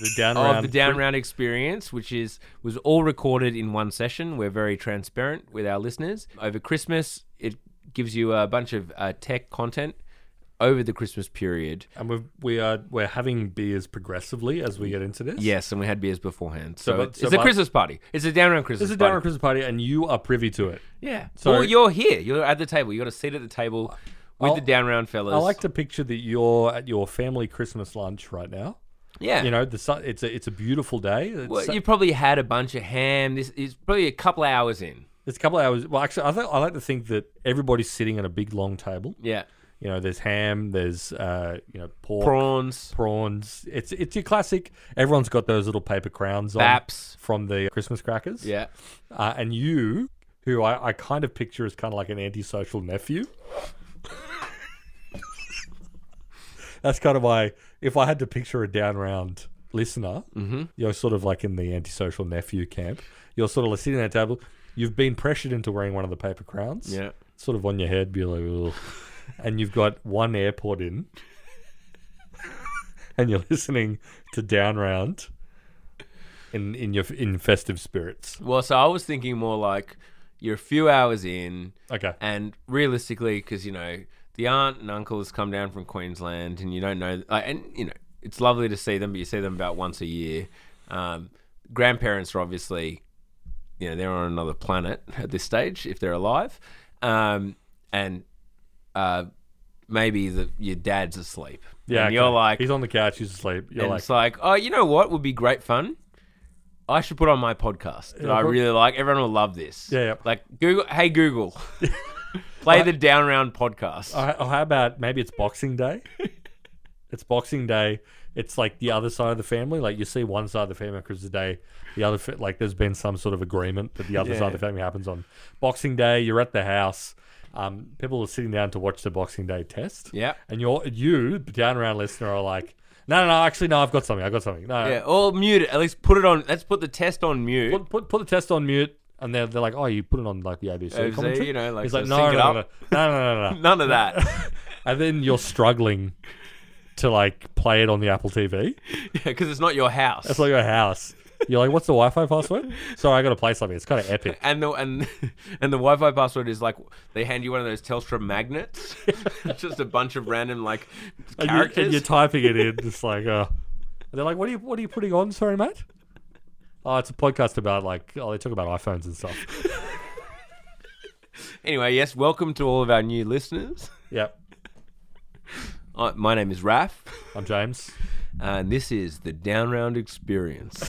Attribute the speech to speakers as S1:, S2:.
S1: the down
S2: of
S1: round
S2: the down
S1: pre-
S2: round experience, which is was all recorded in one session. We're very transparent with our listeners. Over Christmas, it gives you a bunch of uh, tech content over the Christmas period.
S1: and we've, we are we're having beers progressively as we get into this.
S2: Yes, and we had beers beforehand. So,
S1: but-
S2: it's,
S1: so
S2: it's a
S1: but-
S2: Christmas party. It's a down round Christmas
S1: this is a
S2: party.
S1: down round Christmas party, and you are privy to it.
S2: Yeah. So
S1: So-
S2: you're here. You're at the table. You got a seat at the table with
S1: I'll-
S2: the down round fellas.
S1: I like to picture that you're at your family Christmas lunch right now.
S2: Yeah.
S1: You know, the sun, it's a it's a beautiful day. It's,
S2: well, you probably had a bunch of ham. This is probably a couple hours in.
S1: it's a couple of hours. Well, actually, I think I like to think that everybody's sitting at a big long table.
S2: Yeah.
S1: You know, there's ham, there's uh, you know, pork,
S2: Prawns.
S1: prawns. It's it's your classic. Everyone's got those little paper crowns on
S2: Baps.
S1: from the Christmas crackers.
S2: Yeah.
S1: Uh, and you, who I, I kind of picture as kind of like an antisocial nephew. That's kind of my. If I had to picture a down round listener, you're sort of like in the antisocial nephew camp. You're sort of sitting at that table. You've been pressured into wearing one of the paper crowns.
S2: Yeah.
S1: Sort of on your head, be like, "Ugh." and you've got one airport in, and you're listening to down round. In, in your in festive spirits.
S2: Well, so I was thinking more like you're a few hours in,
S1: Okay.
S2: and realistically, because you know the aunt and uncle has come down from Queensland, and you don't know, like, and you know it's lovely to see them, but you see them about once a year. Um, grandparents are obviously, you know, they're on another planet at this stage if they're alive, um, and uh, maybe the, your dad's asleep.
S1: Yeah,
S2: and you're
S1: okay.
S2: like,
S1: he's on the couch, he's asleep. You're
S2: and
S1: like,
S2: it's like, oh, you know what would be great fun? I should put on my podcast that I
S1: put-
S2: really like. Everyone will love this.
S1: Yeah, yeah.
S2: Like Google, hey Google, play the Down Round podcast.
S1: oh, oh, how about maybe it's Boxing Day? it's Boxing Day. It's like the other side of the family. Like you see one side of the family on Christmas Day, the other fa- like there's been some sort of agreement that the other side of the family happens on Boxing Day. You're at the house. Um, people are sitting down to watch the Boxing Day test.
S2: Yeah.
S1: and you're you the down around listener are like, no, no, no. Actually, no. I've got something. I've got something. No,
S2: yeah, or mute it. At least put it on. Let's put the test on mute.
S1: put, put put the test on mute, and they're, they're like, oh, you put it on like the ABC
S2: ABC,
S1: commentary,
S2: you know, like,
S1: He's
S2: so
S1: like, no, no,
S2: sync it
S1: no, no,
S2: up.
S1: no, no, no, no.
S2: None of that,
S1: and then you're struggling to like play it on the Apple TV.
S2: because it's not your house.
S1: It's like your house. You're like, what's the Wi-Fi password? Sorry, I got to play something. It's kind of epic.
S2: and the and and the Wi-Fi password is like they hand you one of those Telstra magnets, It's just a bunch of random like
S1: And you're,
S2: characters.
S1: and you're typing it in. It's like, uh, and they're like, what are you what are you putting on? Sorry, mate. Oh, it's a podcast about like oh they talk about iPhones and stuff.
S2: anyway, yes, welcome to all of our new listeners.
S1: yep.
S2: Uh, my name is Raf.
S1: I'm James.
S2: Uh, and this is the Down Round Experience.